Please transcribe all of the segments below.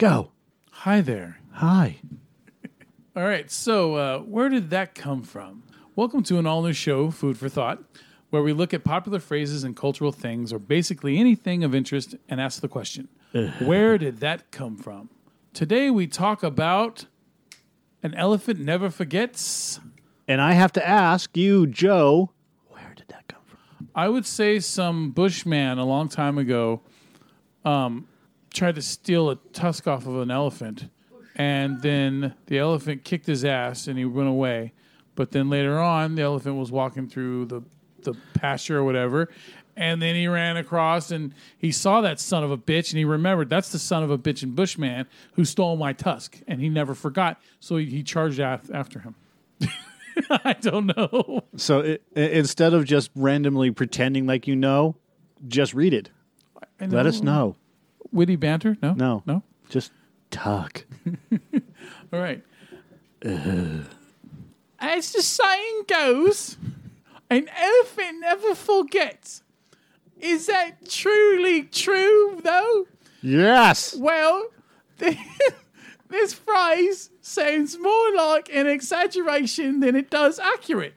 Go. Hi there. Hi. All right, so uh, where did that come from? Welcome to an all new show, Food for Thought, where we look at popular phrases and cultural things, or basically anything of interest, and ask the question where did that come from? Today we talk about an elephant never forgets. And I have to ask you, Joe, where did that come from? I would say some bushman a long time ago um, tried to steal a tusk off of an elephant, and then the elephant kicked his ass and he went away. But then later on, the elephant was walking through the the pasture or whatever, and then he ran across and he saw that son of a bitch and he remembered that's the son of a bitch in Bushman who stole my tusk, and he never forgot. So he, he charged af- after him. I don't know. So it, i- instead of just randomly pretending like you know, just read it. I Let us know. Witty banter? No. No. No. Just talk. All right. Uh, As the saying goes, an elephant never forgets. Is that truly true, though? Yes. Well, this phrase sounds more like an exaggeration than it does accurate.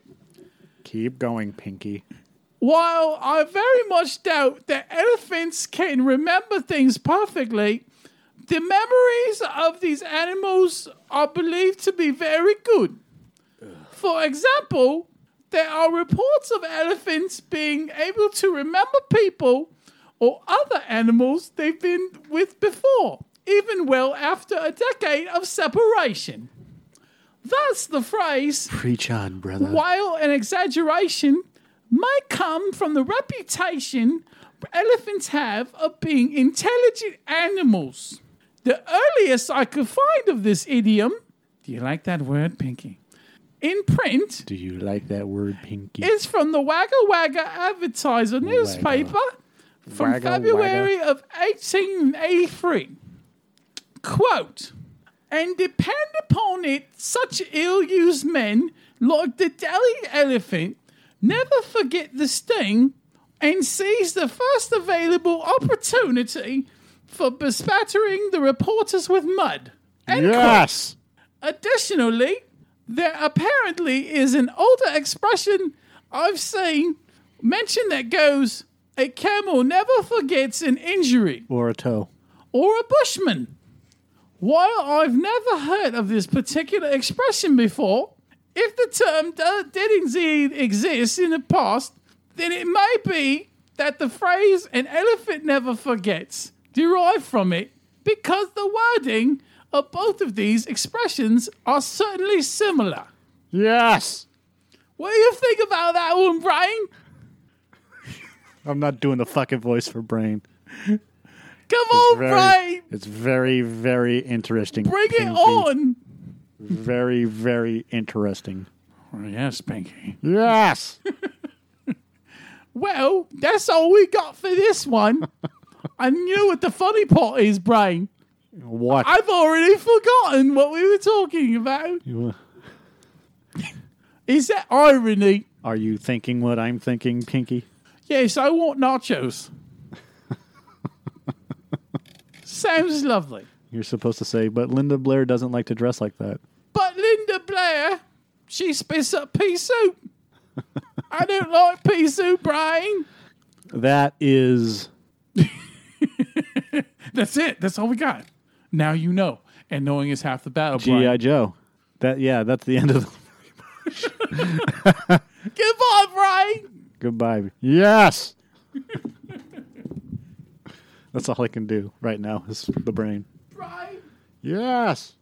Keep going, Pinky. While I very much doubt that elephants can remember things perfectly, the memories of these animals are believed to be very good. For example, there are reports of elephants being able to remember people or other animals they've been with before, even well after a decade of separation. Thus, the phrase Preach on, brother. while an exaggeration might come from the reputation elephants have of being intelligent animals. The earliest I could find of this idiom, do you like that word, Pinky? In print Do you like that word, Pinky? is from the Wagga Wagga Advertiser newspaper from Wagga February of 1883. Quote, and depend upon it, such ill used men like the Delhi elephant never forget the sting and seize the first available opportunity for bespattering the reporters with mud. End quote. yes. Additionally, there apparently is an older expression I've seen mentioned that goes, a camel never forgets an injury Or a toe. or a bushman. While I've never heard of this particular expression before, if the term do- did indeed exist in the past, then it may be that the phrase an elephant never forgets derived from it because the wording of both of these expressions are certainly similar. Yes. What do you think about that one, Brian? I'm not doing the fucking voice for brain. Come on, Very- Brian! It's very, very interesting. Bring it Pinky. on! Very, very interesting. Yes, Pinky. Yes. Well, that's all we got for this one. and you know what the funny part is, Brain? what? I've already forgotten what we were talking about. Is that irony? Are you thinking what I'm thinking, Pinky? Yes, I want nachos. Sounds lovely. You're supposed to say, but Linda Blair doesn't like to dress like that. But Linda Blair, she spits up pea soup. I don't like pea soup, Brain. That is That's it. That's all we got. Now you know. And knowing is half the battle, Brian. G.I. Joe. That yeah, that's the end of the Goodbye, Brian. goodbye. Yes. that's all I can do right now is the brain. Brian. Yes.